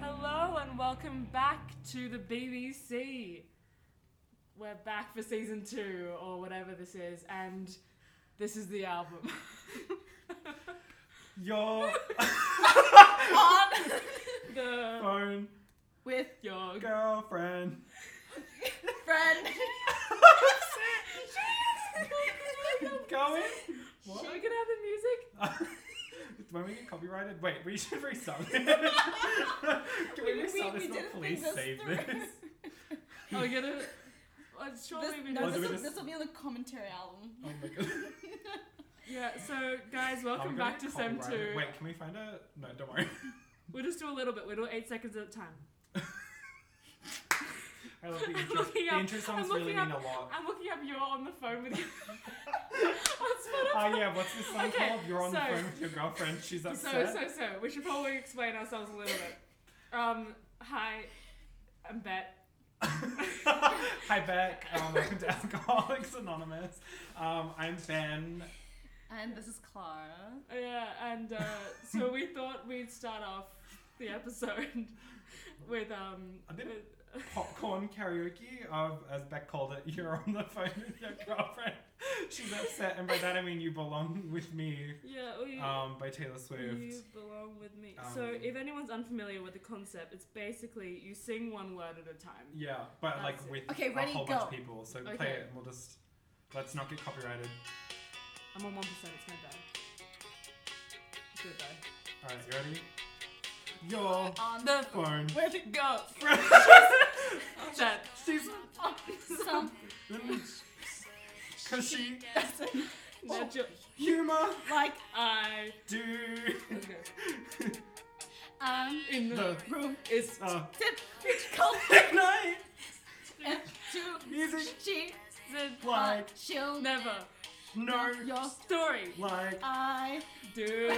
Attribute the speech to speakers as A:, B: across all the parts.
A: Hello and welcome back to the BBC. We're back for season two or whatever this is, and this is the album.
B: Your
A: the
B: phone
A: with your
B: girlfriend.
C: friend.
B: Going?
A: What?
B: What?
A: Should we get out the music?
B: when we get copyrighted, wait, we should restart it. Can we,
C: We- we-
B: restart
C: we
B: this? Not
C: didn't think
B: please
C: this
B: save
C: through.
B: this.
A: Oh, we gonna. Uh, surely
C: This,
A: we
C: no,
B: Or
A: just-
B: do we
C: this, will,
B: just-
C: this will be on the commentary album.
B: Oh my god.
A: Yeah, so guys, welcome
B: I'm gonna
A: back to
B: get
A: Sem
B: copyrighted.
A: 2.
B: Wait, can we find a? No, don't worry.
A: We'll just do a little bit, we'll do eight seconds at a time.
B: I love the
A: I'm
B: intro.
A: looking
B: The
A: up-
B: intro songs
A: I'm
B: really mean
A: looking
B: a lot.
A: I'm looking up You're on the phone with your.
B: Oh
A: on Spotify.
B: yeah, what's this song
A: Okay,
B: called? You're on
A: so-
B: the phone with your girlfriend. She's
A: So,
B: upset.
A: so, so, we should probably explain ourselves a little bit. Um, hi, I'm Bet.
B: Hi Beck. Um, welcome to Alcoholics Anonymous. Um, I'm Ben.
C: And this is Clara.
A: Yeah, and uh, so we thought we'd start off the episode with, um,
B: I didn't-
A: with-
B: popcorn karaoke of, as Beck called it, you're on the phone with your girlfriend. She's upset, and by that I mean you belong with me
A: yeah, we,
B: um, by Taylor
A: You
B: Swift.
A: belong with me. so,
B: Um,
A: if anyone's unfamiliar with the concept, it's basically you sing one word at a time.
B: Yeah, but like
A: That's it.
B: with
C: Okay,
B: a
C: ready,
B: whole bunch of
C: go.
B: people. So play
A: Okay.
B: it, and we'll just let's not get copyrighted.
A: I'm on 1%, it's my bad. Good bad.
B: All right, you ready? Your
C: On the
B: phone.
C: where to go?
A: That-
B: She's
C: On some
B: cause she
C: person
A: That's your,
B: humor
C: like
A: I.
B: do
A: Okay.
C: um
A: In the,
B: the
C: room
A: It's.
B: uh,
C: typical
B: night
C: and to
B: music
C: she
A: the
B: like
C: she'll
A: never Uh,
B: no
C: your
A: story
B: like
C: eye.
A: do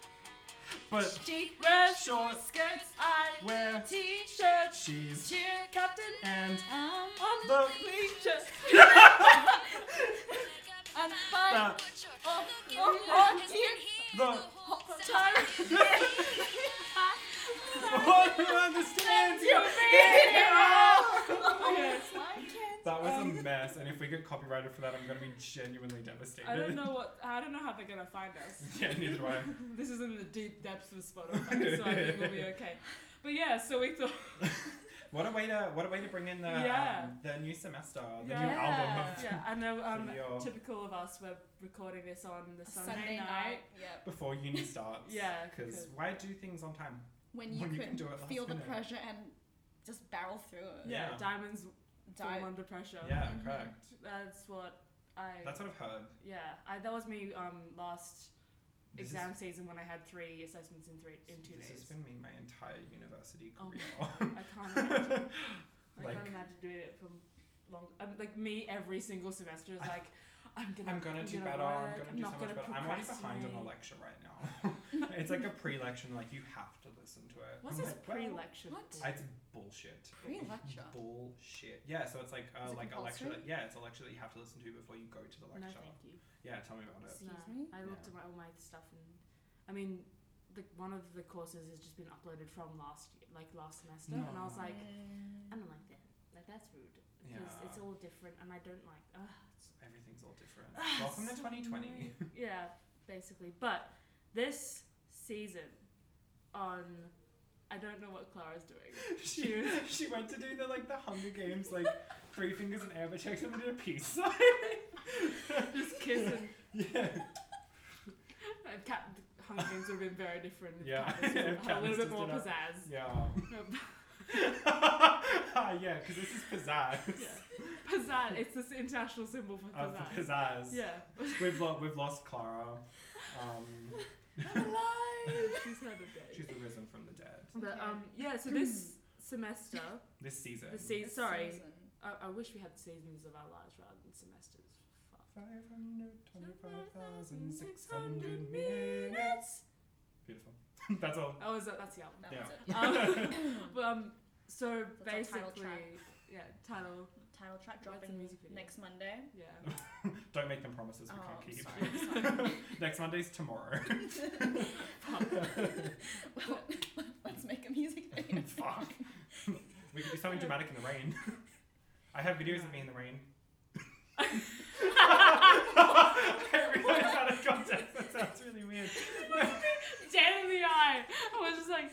B: but
C: She
A: rest
B: short
C: skirts
A: I
B: where
A: t-shirt
B: she's
A: cheer captain
B: and
C: um
A: on the
B: the
A: bleachers
C: and fine.
B: uh,
C: Oh, oh, oh, dear.
B: the
C: Time.
B: one who understands you.
A: Yes.
B: That was a mess, and if we get copyrighted for that, I'm gonna be genuinely devastated.
A: I don't know what I don't know how they're gonna find us.
B: yeah, neither do I.
A: This is in the deep depths of Spotify, so I think we'll be okay. But yeah, so we thought
B: What a way to what a way to bring in the
A: Yeah.
B: um, the new semester, the new
A: Yeah.
B: album. Of
A: yeah, I know um
B: So you're-
A: typical of us we're recording this on the Sunday,
C: Sunday
A: night.
C: night. Yep.
B: Before uni starts.
A: Yeah,
B: Because
A: 'cause-
B: why do things on time?
C: When you
B: When you
C: can,
B: can do it last
C: feel
B: minute.
C: the pressure and just barrel through it.
A: Yeah,
B: Yeah.
A: diamonds
C: Di-
A: fall under pressure.
B: Yeah,
C: Mhm.
B: correct.
A: That's what I
B: That's what I've heard.
A: Yeah, I, that was me um, last
B: This is-
A: exam season when I had three assessments in three in two
B: this
A: days.
B: has been me my entire university
A: Oh
B: career.
A: I can't imagine. I
B: Like-
A: can't imagine doing it for long. Um, like me, every single semester is
B: I-
A: like, I'm gonna.
B: I'm gonna do
A: gonna
B: better. I'm
A: work,
B: gonna do
A: not
B: so much better. I'm already behind on a
A: procrastinate."
B: lecture right now. it's like a pre-lection. Like you have to listen to it.
A: What's
B: I'm
A: this
B: like, well,
A: pre-election?
C: what?
A: for?
B: I- It's bullshit.
C: Pre-lecture?
B: Bullshit. Yeah. So it's like uh,
C: Is it
B: like a lecture. That,
C: compulsory?
B: yeah, it's a lecture that you have to listen to before you go to the
A: No,
B: lecture.
A: thank you.
B: yeah. Tell me about it.
A: No,
C: Excuse me?
A: I looked at my, all my stuff and, I mean, the, one of the courses has just been uploaded from last year, like last semester, and I was
B: No.
A: like,
C: Mm.
A: I don't like that. Like that's rude because it's
B: Yeah.
A: all different, and I don't like. Uh,
B: Everything's all different.
A: Ah,
B: Welcome to
A: so
B: 2020.
A: yeah, basically. But this season, on I don't know what Clara's doing.
B: she she went to do the like the Hunger Games like three fingers in air, but she actually did a peace sign.
A: Just kissing.
B: yeah.
A: If Cat Hunger Games would have been very different. if
B: Yeah,
A: Cat was
B: if
A: a
B: Cat
A: little
B: was
A: bit
B: just
A: more
B: in a-
A: pizzazz.
B: Yeah.
A: No,
B: ah, yeah, because this is pizzazz.
A: yeah. Pizzazz. It's this international symbol for
B: Of
A: pizzazz.
B: pizzazz.
A: Yeah.
B: We've, lo- we've lost Clara. Um,
C: I'm alive.
A: She's had a day.
B: she's arisen from the dead.
A: But um, yeah. So this semester,
B: This season.
A: the season. Sorry,
C: Season.
A: I, I wish we had seasons of our lives rather than semesters. Fuck.
B: 525,600 minutes. Beautiful. That's all.
A: Oh, is that that's the album?
C: That
B: Yeah.
C: was it.
A: Um, but, um, so
C: That's our title
A: basically,
C: track.
A: yeah, title
C: title track
A: That's a
C: dropping
A: music video.
C: next Monday.
A: Yeah.
B: Don't make them promises we
C: Oh,
B: can't keep.
C: sorry, sorry.
B: Next Monday's tomorrow.
C: well, let's make a music video.
B: Fuck. We could do something dramatic in the rain. I have videos of me in the rain. I realized out of context. That sounds really weird.
A: Dead in the eye. I was just like,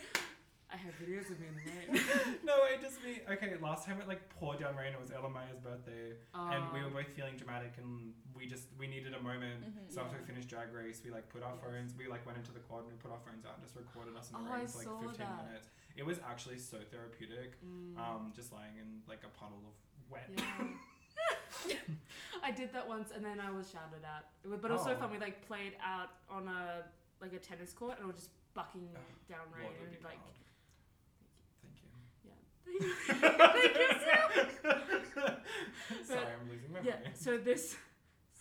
A: I have videos of me in the rain.
B: No, it just me. Okay, last time it like poured down rain. It was Ella Meyer's birthday, and we
A: Um, Ah.
B: were both feeling dramatic, and we just we needed a moment.
C: Mhm.
B: So
A: Mm-hmm,
B: after
A: Yeah.
B: we finished Drag Race, we like put our
A: Yes.
B: phones. We like went into the quad and we put our phones out and just recorded us in the
A: Oh, I
B: rain for like
A: saw
B: fifteen
A: that.
B: minutes. It was actually so therapeutic.
A: Mm.
B: Um, just lying in like a puddle of wet.
A: Yeah. I did that once, and then I was shouted at. It wa- But it was so
B: Oh.
A: fun. We like played out on a like a tennis court, and we were just bucking
B: Ugh,
A: down rain,
B: Lord, it would be
A: and like.
B: loud. Thank you.
A: Thank you so
B: Sorry, I'm losing my
A: Yeah.
B: mind.
A: So this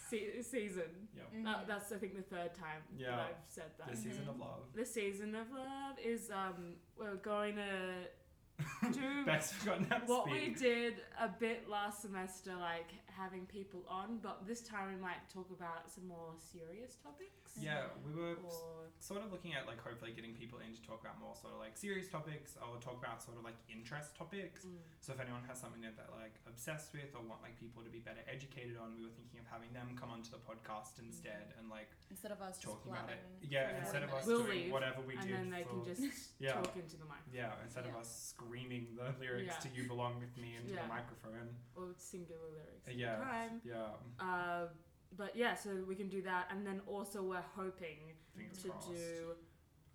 A: se- season, uh,
C: Mhm.
A: that's I think the third time
B: Yeah.
A: that I've said that.
B: The season of love.
A: The season of love is um we're going to do
B: Beck's forgotten how to
A: what we
B: speak.
A: did a bit last semester, like having people on, but this time we might talk about some more serious topics.
B: Yeah, we were s-
A: Or
B: sort of looking at like hopefully getting people in to talk about more sort of like serious topics or talk about sort of like interest topics.
A: mm,
B: So if anyone has something that they're like obsessed with or want like people to be better educated on, we were thinking of having them come onto the podcast
A: Mm.
B: instead and like
C: Instead of us just
B: talking about it.
C: blabbing
B: Yeah,
C: for
B: instead of
C: 40
B: us
A: We'll
B: doing
A: leave,
B: whatever we
A: and
B: did.
A: then they can
B: for-
A: just
B: Yeah.
A: talk into the mic
B: yeah, instead
C: Yeah.
B: of us screaming the lyrics
A: Yeah.
B: to "You Belong with Me" into
A: Yeah.
B: the microphone.
A: or singular lyrics.
B: Uh,
A: at a
B: yeah,
A: Time.
B: yeah.
A: Uh, but yeah, so we can do that, and then also we're hoping
B: Fingers
A: to
B: crossed.
A: do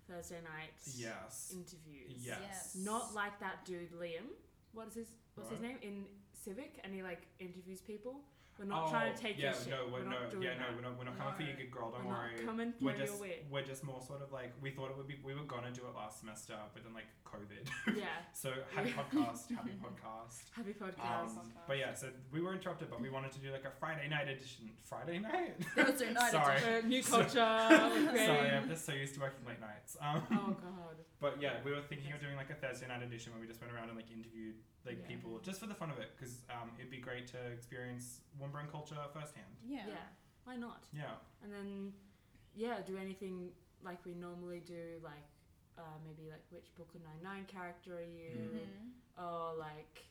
A: Thursday night
B: Yes.
A: interviews.
B: Yes.
C: Yes.
A: Not like that dude Liam. What is his What's his name
B: Right.
A: in Civic? And he like interviews people. We're not trying
B: Oh,
A: to take
B: yeah,
A: your shit.
B: No, we're,
A: we're
B: no,
A: not doing
B: yeah,
A: that.
B: no, we're not, we're not coming for you,
C: No.
B: good girl. Don't
A: we're
B: worry.
A: not coming for
B: we're
A: you
B: just
A: weird.
B: we're just more sort of like we thought it would be we were gonna do it last semester, but then like COVID.
A: yeah.
B: so happy podcast, happy podcast.
A: Happy podcast.
B: Um, but yeah, so we were interrupted, but we wanted to do like a Friday night edition. Friday night.
C: Thursday night
B: Sorry.
C: edition.
A: Uh, new
B: So-
A: culture. okay.
B: Sorry, I'm just so used to working late nights. Um,
A: Oh god.
B: But yeah, we were thinking of doing like a Thursday night edition where we just went around and like interviewed like
A: Yeah.
B: people just for the fun of it because um, it'd be great to experience Woomburn culture firsthand.
C: Yeah.
A: Yeah. Why not?
B: Yeah.
A: And then, yeah, do anything like we normally do, like uh, maybe like which Brooklyn Nine Nine character are you,
C: Mhm.
A: or like.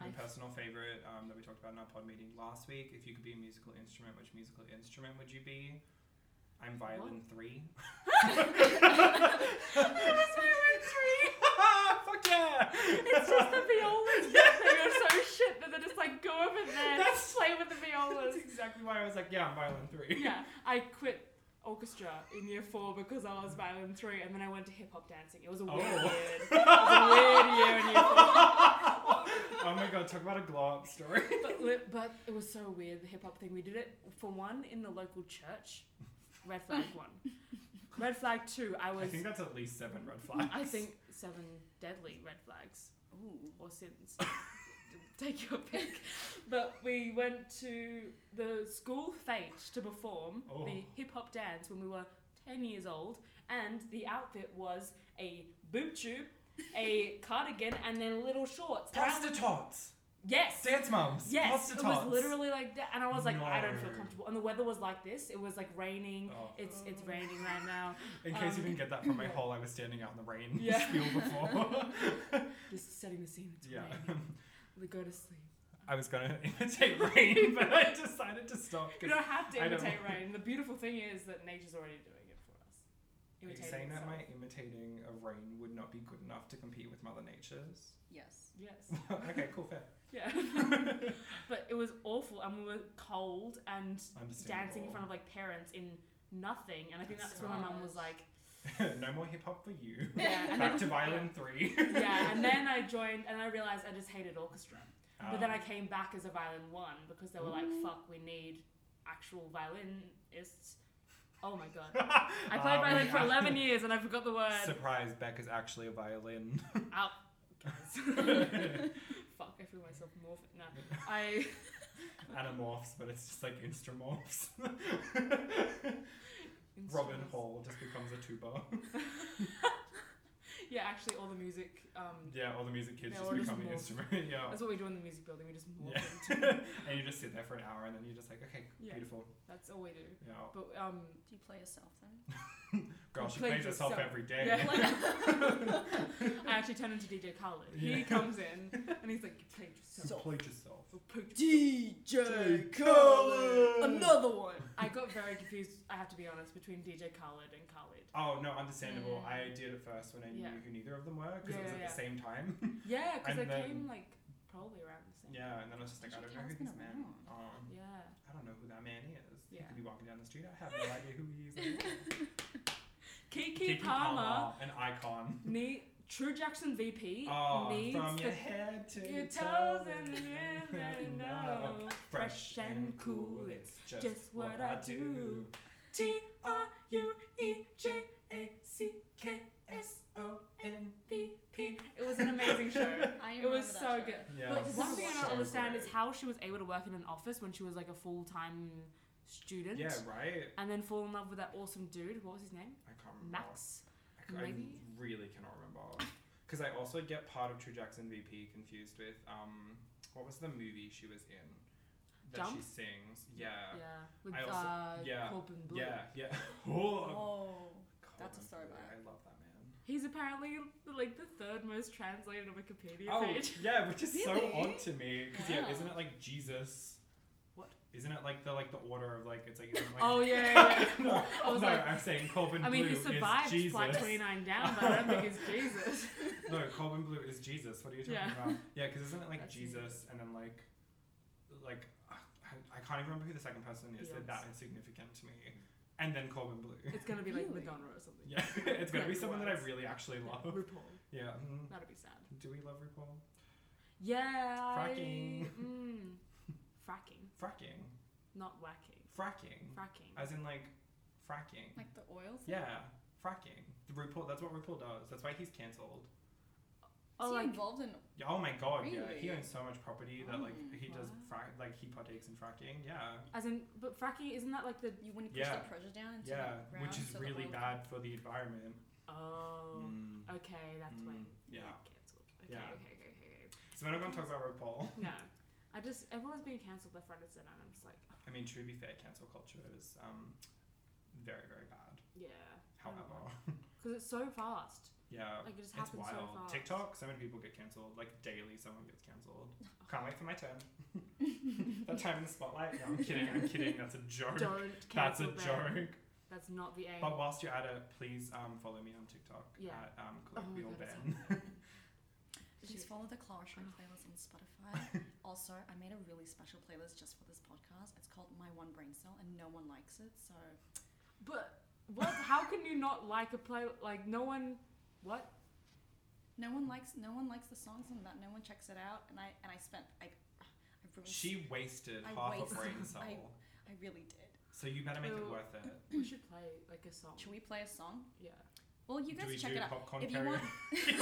B: My
A: I
B: personal favorite um, that we talked about in our pod meeting last week. If you could be a musical instrument, which musical instrument would you be? I'm violin three. Fuck yeah!
A: It's just the violas that they are so shit that they just like go over there and
B: That's-
A: play with the
B: That's
A: violas.
B: exactly why I was like, yeah, I'm violin three.
A: Yeah, I quit orchestra in year four because I was violin three, and then I went to hip hop dancing. It was a weird, it
B: Oh.
A: was a weird year in year four.
B: Oh my god, talk about a glow up story.
A: But li- but it was so weird the hip hop thing. We did it for one in the local church. Red flag one. Red flag two. I was. Mm,
B: I think that's at least seven red flags.
A: I think seven deadly red flags
C: Ooh.
A: or sins. Take your pick. But we went to the school fete to perform the
B: Oh.
A: hip hop dance when we were 10 years old, and the outfit was a boob tube, a cardigan, and then little shorts. And I
B: Pasta
A: was-
B: tots.
A: Yes!
B: Dance moms.
A: Yes,
B: Pasta
A: it
B: tots.
A: was literally like that, and I was like, I don't feel
B: No.
A: comfortable. And the weather was like this; it was like raining.
B: Oh.
A: It's it's raining right now.
B: In case you
A: um,
B: didn't get that from my hole, I was standing out in the rain
A: Yeah.
B: spiel before.
A: Just setting the scene. It's
B: yeah.
A: raining. We go to sleep.
B: I was gonna imitate rain, but I decided to stop.
A: You
B: 'cause-
A: don't have to
B: I don't-
A: imitate rain. The beautiful thing is that nature's already doing it for us.
B: Are you
A: Imitating
B: saying that
A: itself.
B: my imitating of rain would not be good enough to compete with Mother Nature's?
C: Yes.
A: Yes.
B: okay, cool, fair.
A: Yeah. but it was awful, and we were cold and dancing in front of like parents in nothing. And I think
B: That's
A: that's when my mum
C: right.
A: was like,
B: of. no more hip hop for you.
A: yeah. And
B: Back
A: then,
B: to violin three.
A: yeah. And then I joined, and I realized I just hated orchestra. But then I
B: Um,
A: came back as a violin one because they were like,
B: Ooh.
A: fuck, we need actual violinists. Oh my god. I played
B: Um,
A: violin for
B: yeah.
A: 11 years and I forgot the word.
B: Surprise, Beck is actually a violin.
A: Out. fuck, I feel myself morphing. No. I.
B: Anamorphs, but it's just like instramorphs. Robin Hall just becomes a tuba.
A: yeah, actually, all the music. Um,
B: Yeah, all the music kids
A: Yeah,
B: just
A: or just
B: become the
A: morph.
B: instrument. yeah.
A: That's what we do in the music building. We just morph
B: Yeah.
A: into.
B: and you just sit there for an hour and then you're just like, okay,
A: Yeah.
B: beautiful.
A: That's all we do.
B: Yeah.
A: But um,
C: Do you play yourself then?
B: Girl, she
A: Play
B: plays herself
A: yourself.
B: every day.
A: Yeah.
C: Like-
A: I actually turn into DJ Khaled. He
B: Yeah.
A: comes in and he's like, "You played yourself."
B: So play yourself.
A: You played yourself."
C: DJ
B: Khaled.
C: Another one.
A: I got very confused. I have to be honest between DJ Khaled and Khaled.
B: Oh no, understandable.
C: Mm.
B: I did it first when I knew
A: Yeah.
B: who neither of them were because it was
A: Yeah,
B: at
A: yeah,
B: the same time.
A: Yeah, because
B: And
A: they
B: then-
A: came like probably around the same.
B: yeah, and then I was just like, I
C: Actually,
B: don't know who
C: Kyle's
B: this
C: been
B: man.
C: around.
B: Um,
A: Yeah.
B: I don't know who that man is. He
A: Yeah.
B: could be walking down the street. I have no idea who he is.
A: Kiki,
B: Kiki
A: Palmer,
B: Palmer, an icon.
A: nee- True Jackson VP
B: Oh,
A: needs
B: from
A: the
B: your head to
A: your
B: your
A: toes
B: toes
A: and the
B: and
A: end
B: now.
A: know. Fresh and cool, it's
B: just,
A: just what I do. T R U E J A C K S
B: O N
A: P P. It was an amazing show.
C: I
A: It was
C: remember that
A: so
C: show.
A: good.
B: Yeah.
A: But
C: Yes.
A: one thing I
C: So
A: don't understand
B: great.
A: is how she was able to work in an office when she was like a full time student.
B: Yeah, right.
A: And then fall in love with that awesome dude. What was his name?
B: I can't remember.
A: Max.
B: I, c- I
A: maybe?
B: really cannot remember. Because I also get part of True Jackson VP confused with um, what was the movie she was in that she
A: Jump?
B: sings? Yeah.
A: Yeah. With
B: I also-
A: uh,
B: yeah,
A: Corbin Blue.
B: Yeah. Yeah. Oh,
C: Oh. That's a
B: Colin Blue,
C: throwback.
B: I love that man.
A: He's apparently like the third most translated on Wikipedia
B: Oh,
A: page.
B: yeah, which is so
C: Really?
B: odd to me. 'cause, yeah,
C: Wow.
B: isn't it like Jesus?
A: What?
B: Isn't it like the like the order of like it's like, isn't, like
A: Oh yeah, yeah, yeah.
B: no,
A: I was
B: no,
A: like-
B: I'm saying Colvin
A: I mean,
B: Blue
A: he survived
B: is Jesus.
A: Flight 29 down, but I don't think it's Jesus.
B: No, Colvin Blue is Jesus. What are you talking
A: Yeah.
B: about? Yeah, because isn't it like
A: That's
B: Jesus and then like, like I, I can't even remember who the second person is. They're that
A: Beyonce.
B: insignificant to me. And then Colvin Blue.
A: It's gonna be like
C: Really?
A: Madonna or something.
B: yeah, it's gonna
A: Yeah,
B: be someone that I
A: otherwise.
B: really actually
A: Yeah,
B: love.
A: RuPaul.
B: Yeah. mhm.
A: That'd be sad.
B: Do we love RuPaul?
A: Yeah. I-
B: Fracking.
A: Mm, fracking,
B: Fracking.
A: not whacking.
B: Fracking.
A: Fracking.
B: As in like, fracking.
C: Like the oil thing?
B: yeah, fracking. The RuPaul. That's what RuPaul does. That's why he's cancelled.
A: oh,
C: Is he
A: like
C: involved in
B: Yeah, Oh my god, yeah. He
C: Really?
B: owns so much property that like
C: Mm,
B: he does
A: Oh, wow.
B: frack, like he partakes in fracking. Yeah.
A: as in, but fracking isn't that like the
C: you when you push
B: Yeah.
C: the pressure down into
B: Yeah,
C: the ground
B: which is
C: so the
B: really
C: oil-
B: bad for the environment.
A: oh.
B: Mm.
A: Okay, that's
B: Mm,
A: when.
B: yeah.
A: got Cancelled. Okay,
B: Yeah.
A: okay, okay, okay,
B: So we're not gonna talk about RuPaul.
A: okay. No, I just everyone's being cancelled left, right, and centre, and I'm just like,
B: I mean, to be fair, cancel culture is um, very very bad.
A: yeah.
B: However,
A: Because it's so fast.
B: yeah,
A: Oh. Like it just
B: it's
A: happens
B: wild.
A: so fast.
B: TikTok, so many people get cancelled. Like daily, someone gets cancelled. Can't wait for my turn. that time in the spotlight. No, I'm kidding. I'm kidding. That's a joke.
A: Don't
B: That's a
A: cancel them.
B: joke.
A: That's not the aim.
B: But whilst you're at it, please um, follow me on TikTok
A: Yeah.
B: at um,
A: Oh my
B: Colloquial
A: God, it's
B: Ben.
C: Please follow the classroom playlist on Spotify. also, I made a really special playlist just for this podcast. It's called My One Brain Cell, and no one likes it. So
A: But what? How can you not like a play? Like no one. What?
C: no one likes no one likes the songs on that. No one checks it out. And I and I spent I I really
B: she wasted
C: I
B: half
C: wasted-
B: a brain
C: I-
B: cell.
C: I really did.
B: So you better make it
A: Oh.
B: worth it.
A: We should play like a song.
C: Should we play a song?
A: Yeah.
C: Well, you
B: do we
C: guys check
B: do
C: it out.
B: popcorn
C: If you
B: karaoke?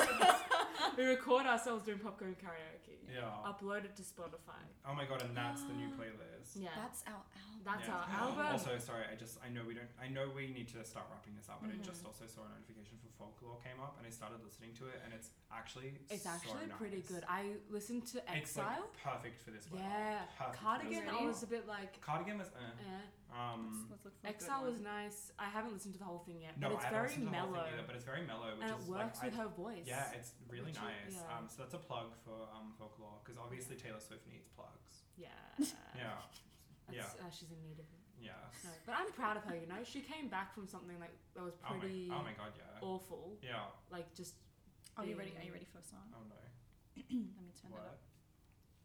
C: want,
A: We record ourselves doing popcorn karaoke.
B: yeah.
A: Upload it to Spotify.
B: Oh my god, and that's the new playlist.
A: Yeah.
C: that's our album.
A: That's
B: Yeah. Oh,
A: our album.
B: Also, sorry, I just I know we don't I know we need to start wrapping this up, but
C: Mhm.
B: I
A: Mm-hmm.
B: just also saw a notification for folklore came up and I started listening to it and it's actually
A: it's
B: so
A: actually pretty
B: nice.
A: good. I listened to
B: It's like uh,
A: Exile.
B: perfect for this weather.
A: yeah.
B: Perfect for this
A: Cardigan. I
C: Really?
B: weather.
A: was a bit like.
B: Cardigan was eh.
A: Eh.
B: um
C: Let's, let's look for a good
A: Exile was
C: one.
A: nice. I haven't listened to the whole thing yet,
B: no,
A: but it's
B: I haven't
A: very
B: listened to the whole
A: mellow,
B: thing either, but it's very mellow, which
A: and
B: is
A: it works
B: like I,
A: with her voice.
B: yeah, it's really
A: Which is-
B: nice.
A: yeah.
B: Um, so that's a plug for um, folklore because obviously Taylor Swift needs plugs.
A: Yeah. Uh,
B: Yeah,
A: That's, uh, she's in need of it.
B: yes.
A: No, but I'm proud of her. You know, she came back from something like that was
B: Oh my,
A: pretty
B: oh my god, yeah,
A: awful.
B: yeah.
A: Like just
C: Are you ready? Are you ready for a song?
B: Oh no,
C: Let me
B: Mm.
C: turn that
B: what?
C: up.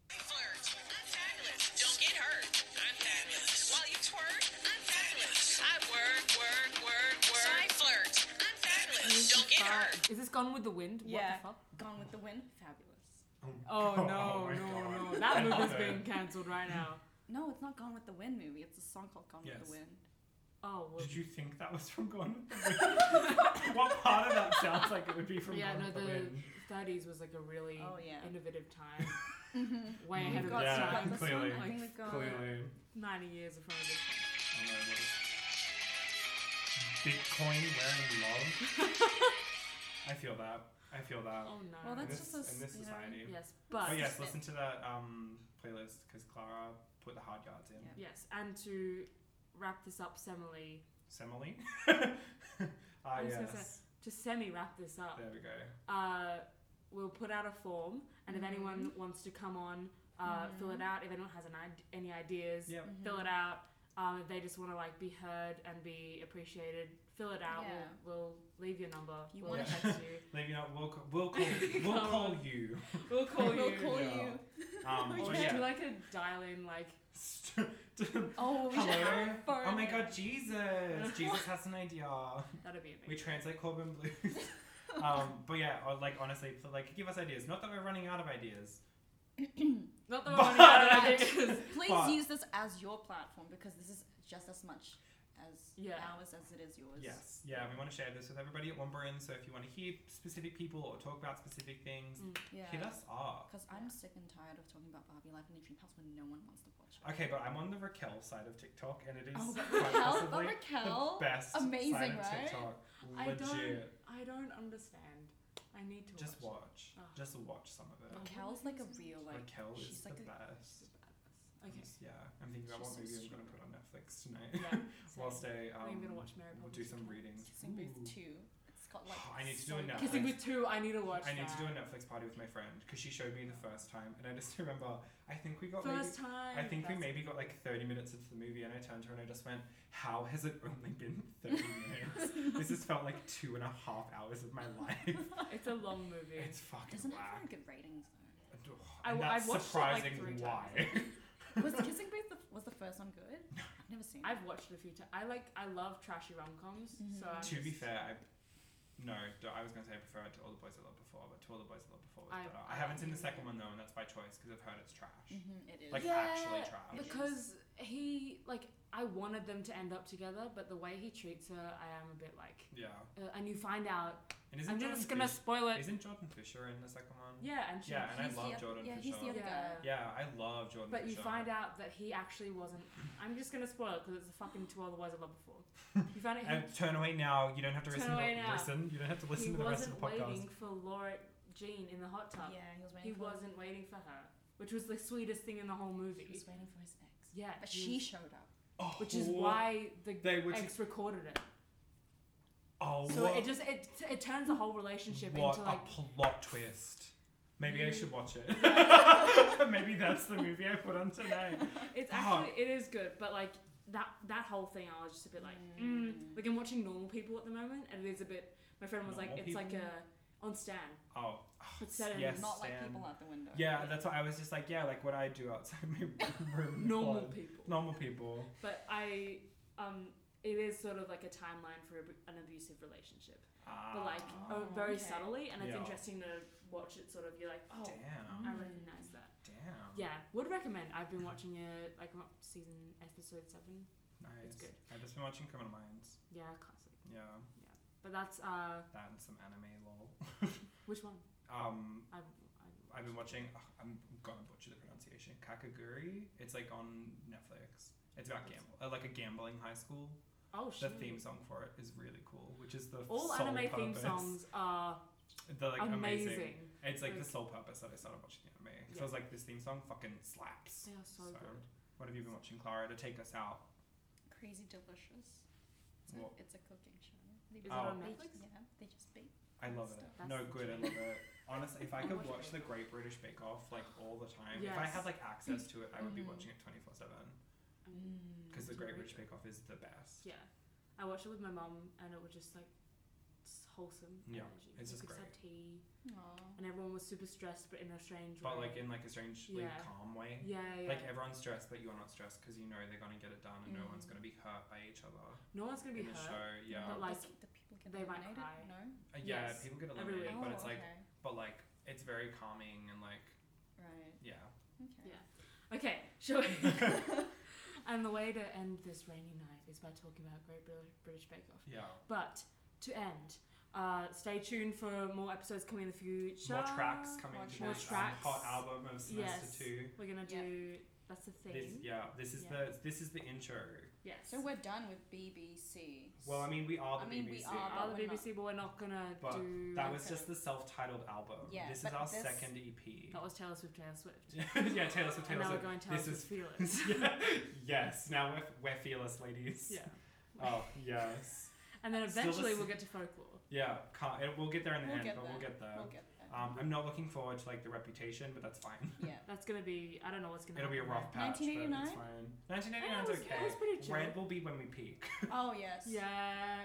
D: Flirt. I'm fabulous. Don't get hurt. I'm fabulous. While you twerk, I'm fabulous. I work, work, work, work. Side flirt. I'm fabulous. Don't get hurt.
A: Is this Gone with the Wind?
C: Yeah.
A: What
C: Gone with the Wind, fabulous.
A: the fuck? Oh no,
B: my
A: no,
B: God.
A: no! That
B: I love
A: movie's
B: it.
A: being cancelled right now.
C: No, it's not Gone with the Wind movie. It's a song called Gone with
B: Yes.
C: the Wind.
A: Oh well.
B: Did you think that was from Gone with the Wind? what part of that sounds like it would be from
A: yeah,
B: Gone
A: no,
B: with the,
A: the
B: Wind?
A: '30s was like a really
C: Oh, yeah.
A: innovative time,
C: Mm-hmm.
B: Mm.
A: way ahead of
C: got
A: its
C: some
B: yeah,
A: time.
C: this one,
B: clearly,
C: I think we've got-
B: clearly.
A: Ninety years in front of us.
B: Oh, no, what is- Bitcoin wearing love. I I feel that. I feel that.
A: Oh no.
C: Well,
B: in
C: that's
B: this,
C: just us,
B: in this
C: you know,
B: society.
A: yes, but
B: But Oh, yes, listen to that um, playlist because Clara put the hard yards in.
C: Yeah.
A: yes, and to wrap this up, Semele,
B: Simile. ah,
A: I was gonna
B: yes.
A: to semi wrap this up,
B: There we go.
A: uh, we'll put out a form, and
C: Mm-hmm.
A: if anyone wants to come on, uh, fill it
C: Mhm.
A: out. If anyone has an id- any ideas,
B: Yep.
C: Mm-hmm.
A: fill it out. Um, if they just want to like be heard and be appreciated, fill it out.
C: Yeah.
A: We'll, we'll leave your number.
C: You
A: we'll
B: wanna-
A: text you.
B: Leave you know, we'll, ca- we'll call, we'll
A: Come
B: call
A: on.
B: you.
A: We'll call you.
C: We'll call
B: Yeah.
C: you.
B: Um,
A: Or
B: but
A: just do
B: yeah.
A: like a dial in, like
C: Oh, we should have
B: Hello.
C: a phone.
B: Oh my God, Jesus! Jesus has an idea.
A: that'd be
B: We
A: amazing.
B: translate Corbin Blues. um, but yeah, or like honestly, so, like give us ideas. Not that we're running out of ideas.
A: Not the
B: But-
A: one out
C: But-
A: ideas.
C: Please
B: But-
C: use this as your platform because this is just as much as
A: Yeah.
C: ours as it is yours.
B: Yes. Yeah, we want to share this with everybody at One Brain. So if you want to hear specific people or talk about specific things, hit
C: Yeah.
B: us up.
C: Because I'm sick and tired of talking about Barbie Life in the Dream House when no one wants to watch it.
B: Okay, but I'm on the Raquel side of TikTok, and it is
C: Oh, but
B: quite
C: Raquel, but
B: possibly
C: Raquel,
B: the best side
C: amazing,
B: of
C: right?
B: TikTok.
A: I
B: Legit.
A: don't. I don't understand. I need to
B: Just
A: watch.
B: watch.
A: Ah.
B: Just watch some of it.
C: Raquel's like a real Oh. like.
B: Raquel is
C: she's
B: the
C: like a-
B: best.
A: Okay.
B: Yeah, I'm thinking about what
C: She's so
B: movie I'm
C: strong.
B: gonna put on Netflix tonight.
A: Yeah. so
B: Whilst I
A: I
B: um,
A: think I'm gonna watch Mary
B: we'll
A: Poppins
B: do some
A: again.
B: readings.
C: Kissing
B: Ooh.
C: Booth two. It's got like.
B: Oh, I need to do
C: so
B: a
C: much-
A: Kissing
B: Netflix.
A: with two. I need to watch.
B: I need to do a
A: that.
B: Netflix party with my friend because she showed me the first time, and I just remember I think we got
A: First time.
B: maybe, I think we
A: that's-
B: maybe got like thirty minutes into the movie, and I turned to her and I just went, "How has it only been thirty minutes? this has felt like two and a half hours of my life.
A: It's a long movie.
B: It's
C: It
B: fucking
C: doesn't have very
B: whack."
C: good ratings though.
B: And, oh,
A: I
B: and
A: w- I
B: that's
A: watched it, like,
B: surprising
A: three
B: why.
C: Was Kissing Booth the, was the first one good? I've never seen. it.
A: I've watched it a few times. I like. I love trashy rom coms. So
C: Mhm.
A: I'm
B: to be
A: just-
B: fair, I, no, d- I was going to say I prefer it to All the Boys I Loved Before, but To All the Boys I Loved Before was
A: I-
B: better.
A: I
B: I haven't seen the
A: agree. Mm-hmm.
B: second one though, and that's by choice because I've heard it's trash.
C: Mhm, it is.
B: Like
A: Yeah,
B: actually trash.
A: because he like I wanted them to end up together, but the way he treats her, I am a bit like.
B: Yeah.
A: Uh, and you find out.
B: And isn't
A: I'm
B: Jordan
A: just gonna
B: Fish-
A: spoil it.
B: isn't Jordan Fisher in the second one?
A: Yeah, and she.
B: Yeah, and I
C: He's the
B: love
C: oth-
B: Jordan
C: Yeah,
B: for
C: he's the
B: sure.
C: other
A: Yeah.
C: guy.
B: Yeah, I love Jordan
A: But you
B: Fisher.
A: find out that he actually wasn't. I'm just gonna spoil it because it's a fucking two other words I love before. You find out he,
B: And turn away now. You don't have to
A: Turn
B: listen.
A: away
B: to,
A: now.
B: Listen. You don't have to listen
A: he
B: to the rest of
A: wasn't
B: the podcast.
A: waiting for Laura Jean in the hot tub.
C: Yeah, he was waiting.
A: he
C: for
A: wasn't waiting for her, which was the sweetest thing in the whole
C: He
A: movie.
C: was waiting for his ex.
A: Yeah,
C: But
A: he
C: she
A: was-
C: showed up.
B: Oh,
A: which is why the
B: they were.
A: ex recorded it.
B: oh,
A: So
B: what,
A: it just it, it turns the whole relationship
B: what
A: into like
B: a plot twist. Maybe I should watch it. Maybe that's the movie I put on tonight.
A: it's
B: Oh.
A: actually it is good, but like that that whole thing I was just a bit like mm.
C: Mm.
A: like I'm watching normal people at the moment and it is a bit. My friend was like
B: Normal
A: it's like a on Stan.
B: Oh,
A: It's set in
B: yes,
C: Not like
B: Stan.
C: people out the window.
B: Yeah, that's why I was just like, yeah, like what I do outside my room.
A: normal
B: pod.
A: people.
B: Normal people.
A: But I, um, it is sort of like a timeline for ab- an abusive relationship, but like uh,
B: Ah,
A: very
C: okay.
A: subtly, and it's
B: Yeah.
A: interesting to watch it. Sort of, you're like, oh,
B: damn,
A: I
C: Mm.
A: recognize that.
B: damn.
A: Yeah, would recommend. I've been watching it like I'm up to season episode seven.
B: nice.
A: it's good.
B: I've just been watching Criminal Minds.
A: Yeah, classic.
B: Yeah,
A: But that's uh,
B: that and some anime lol.
A: which one?
B: Um,
A: I've, I've,
B: I've been watching. ugh, I'm gonna butcher the pronunciation. Kakaguri. It's like on Netflix. It's about gamble, uh, like a gambling high school.
A: Oh
B: The
A: shit.
B: theme song for it is really cool, which is the
A: All
B: sole
A: anime theme
B: purpose-
A: songs are
B: The like
A: amazing.
B: amazing. It's like the
A: Like-
B: sole purpose that I started watching the anime. So
A: Yeah.
B: I was like, this theme song fucking slaps.
A: They are so good.
B: What have you been watching, Clara, to take us out?
C: Crazy delicious. It's a,
B: What?
C: it's a cooking show.
B: Oh.
C: They
A: Is it
C: just-
A: on
C: they-
A: Netflix?
C: Yeah, they just bake.
B: I love it.
C: Stuff.
A: That's
B: no,
A: the
B: good. I
A: dream.
B: love it. Honestly, if I could
A: Watch
B: watch
A: it.
B: the Great British Bake Off like all the time, if I
A: Yes. Mm-hmm.
B: had like access to it, I would be
C: Mhm.
B: watching it twenty four seven because
A: Mm,
B: the Great British
A: really
B: Bake Off is the best.
A: Yeah, I watched it with my mum, and it was just like s- wholesome.
B: Yeah,
A: energy.
B: it's
A: We
B: just
A: could just have tea,
C: Aw.
A: and everyone was super stressed, but in a strange
B: But
A: way.
B: like in like a strangely
A: Yeah.
B: calm way.
A: yeah, yeah.
B: Like everyone's stressed, but you're not stressed because you know they're gonna get it done and no one's
C: Mhm.
B: gonna be hurt by each other
A: no one's Mm-hmm. gonna be
B: in the
A: hurt.
B: show. Yeah,
A: But,
C: Does
A: like,
C: the people get
A: they might
C: eliminated?
A: cry.
B: Uh,
C: No.
B: yeah.
A: yes.
B: People get
A: Every
B: eliminated,
A: week.
B: but it's
C: oh,
B: like,
C: okay.
B: but like it's very calming and like
C: Right.
B: yeah.
C: Okay.
A: Yeah. Okay, sure. and the way to end this rainy night is by talking about Great Bri- British Bake Off.
B: Yeah.
A: But to end, Uh, stay tuned for more episodes coming in the future.
B: More tracks coming
E: More
B: to
A: tracks.
B: this
A: More
B: um, hot
A: tracks.
B: album of semester
A: Yes.
B: two.
A: We're gonna
C: Yeah.
A: do. That's the thing.
B: This, yeah, this is
A: Yeah.
B: the this is the intro.
A: yes.
C: So we're done with BBC.
B: Well, I mean, we are the
C: I mean,
B: BBC.
C: we
A: we
C: are,
A: are
C: but
A: the
C: we're not-
A: BBC, but we're not gonna
B: But
A: do.
B: that was
C: Okay.
B: just the self-titled album.
C: Yeah,
B: this is
C: but
B: our
C: this-
B: second EP.
A: that was Taylor Swift. Taylor Swift.
B: yeah, Taylor Swift.
A: and
B: Taylor
A: now we're
B: Swift.
A: going Taylor
B: this
A: Swift.
B: is
A: Fearless.
B: yes. Now we're, we're fearless, ladies.
A: yeah.
B: Oh yes.
A: And then
B: Still the
A: eventually
B: s-
A: we'll get to folklore.
B: Yeah. Can't, it, we'll get there in the
C: We'll
B: end,
C: get
B: but we'll
C: there.
B: get there.
C: We'll get there.
B: Um, I'm not looking forward to like the reputation, but that's fine.
C: yeah.
A: That's gonna be. I don't know what's gonna.
B: It'll be a
A: happen
B: rough patch, but it's
C: 1989?
B: fine.
A: Yeah,
B: 1989
A: it
B: is
A: was-
B: okay.
A: it was pretty chill.
B: Red will be when we peak.
C: Oh yes.
A: there.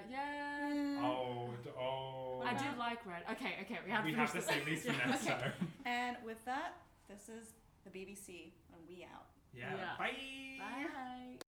A: Yeah. Yeah.
B: Oh, d- oh.
A: Mm. I
C: What
A: did
C: about-
A: like red. Okay. Okay. We have to.
B: we
A: finish
B: have to
A: this.
B: save these for
A: Yeah.
B: next
C: Okay.
B: time.
C: And with that, this is the BBC, and we out.
B: Yeah.
A: Yeah.
B: Bye.
A: Bye.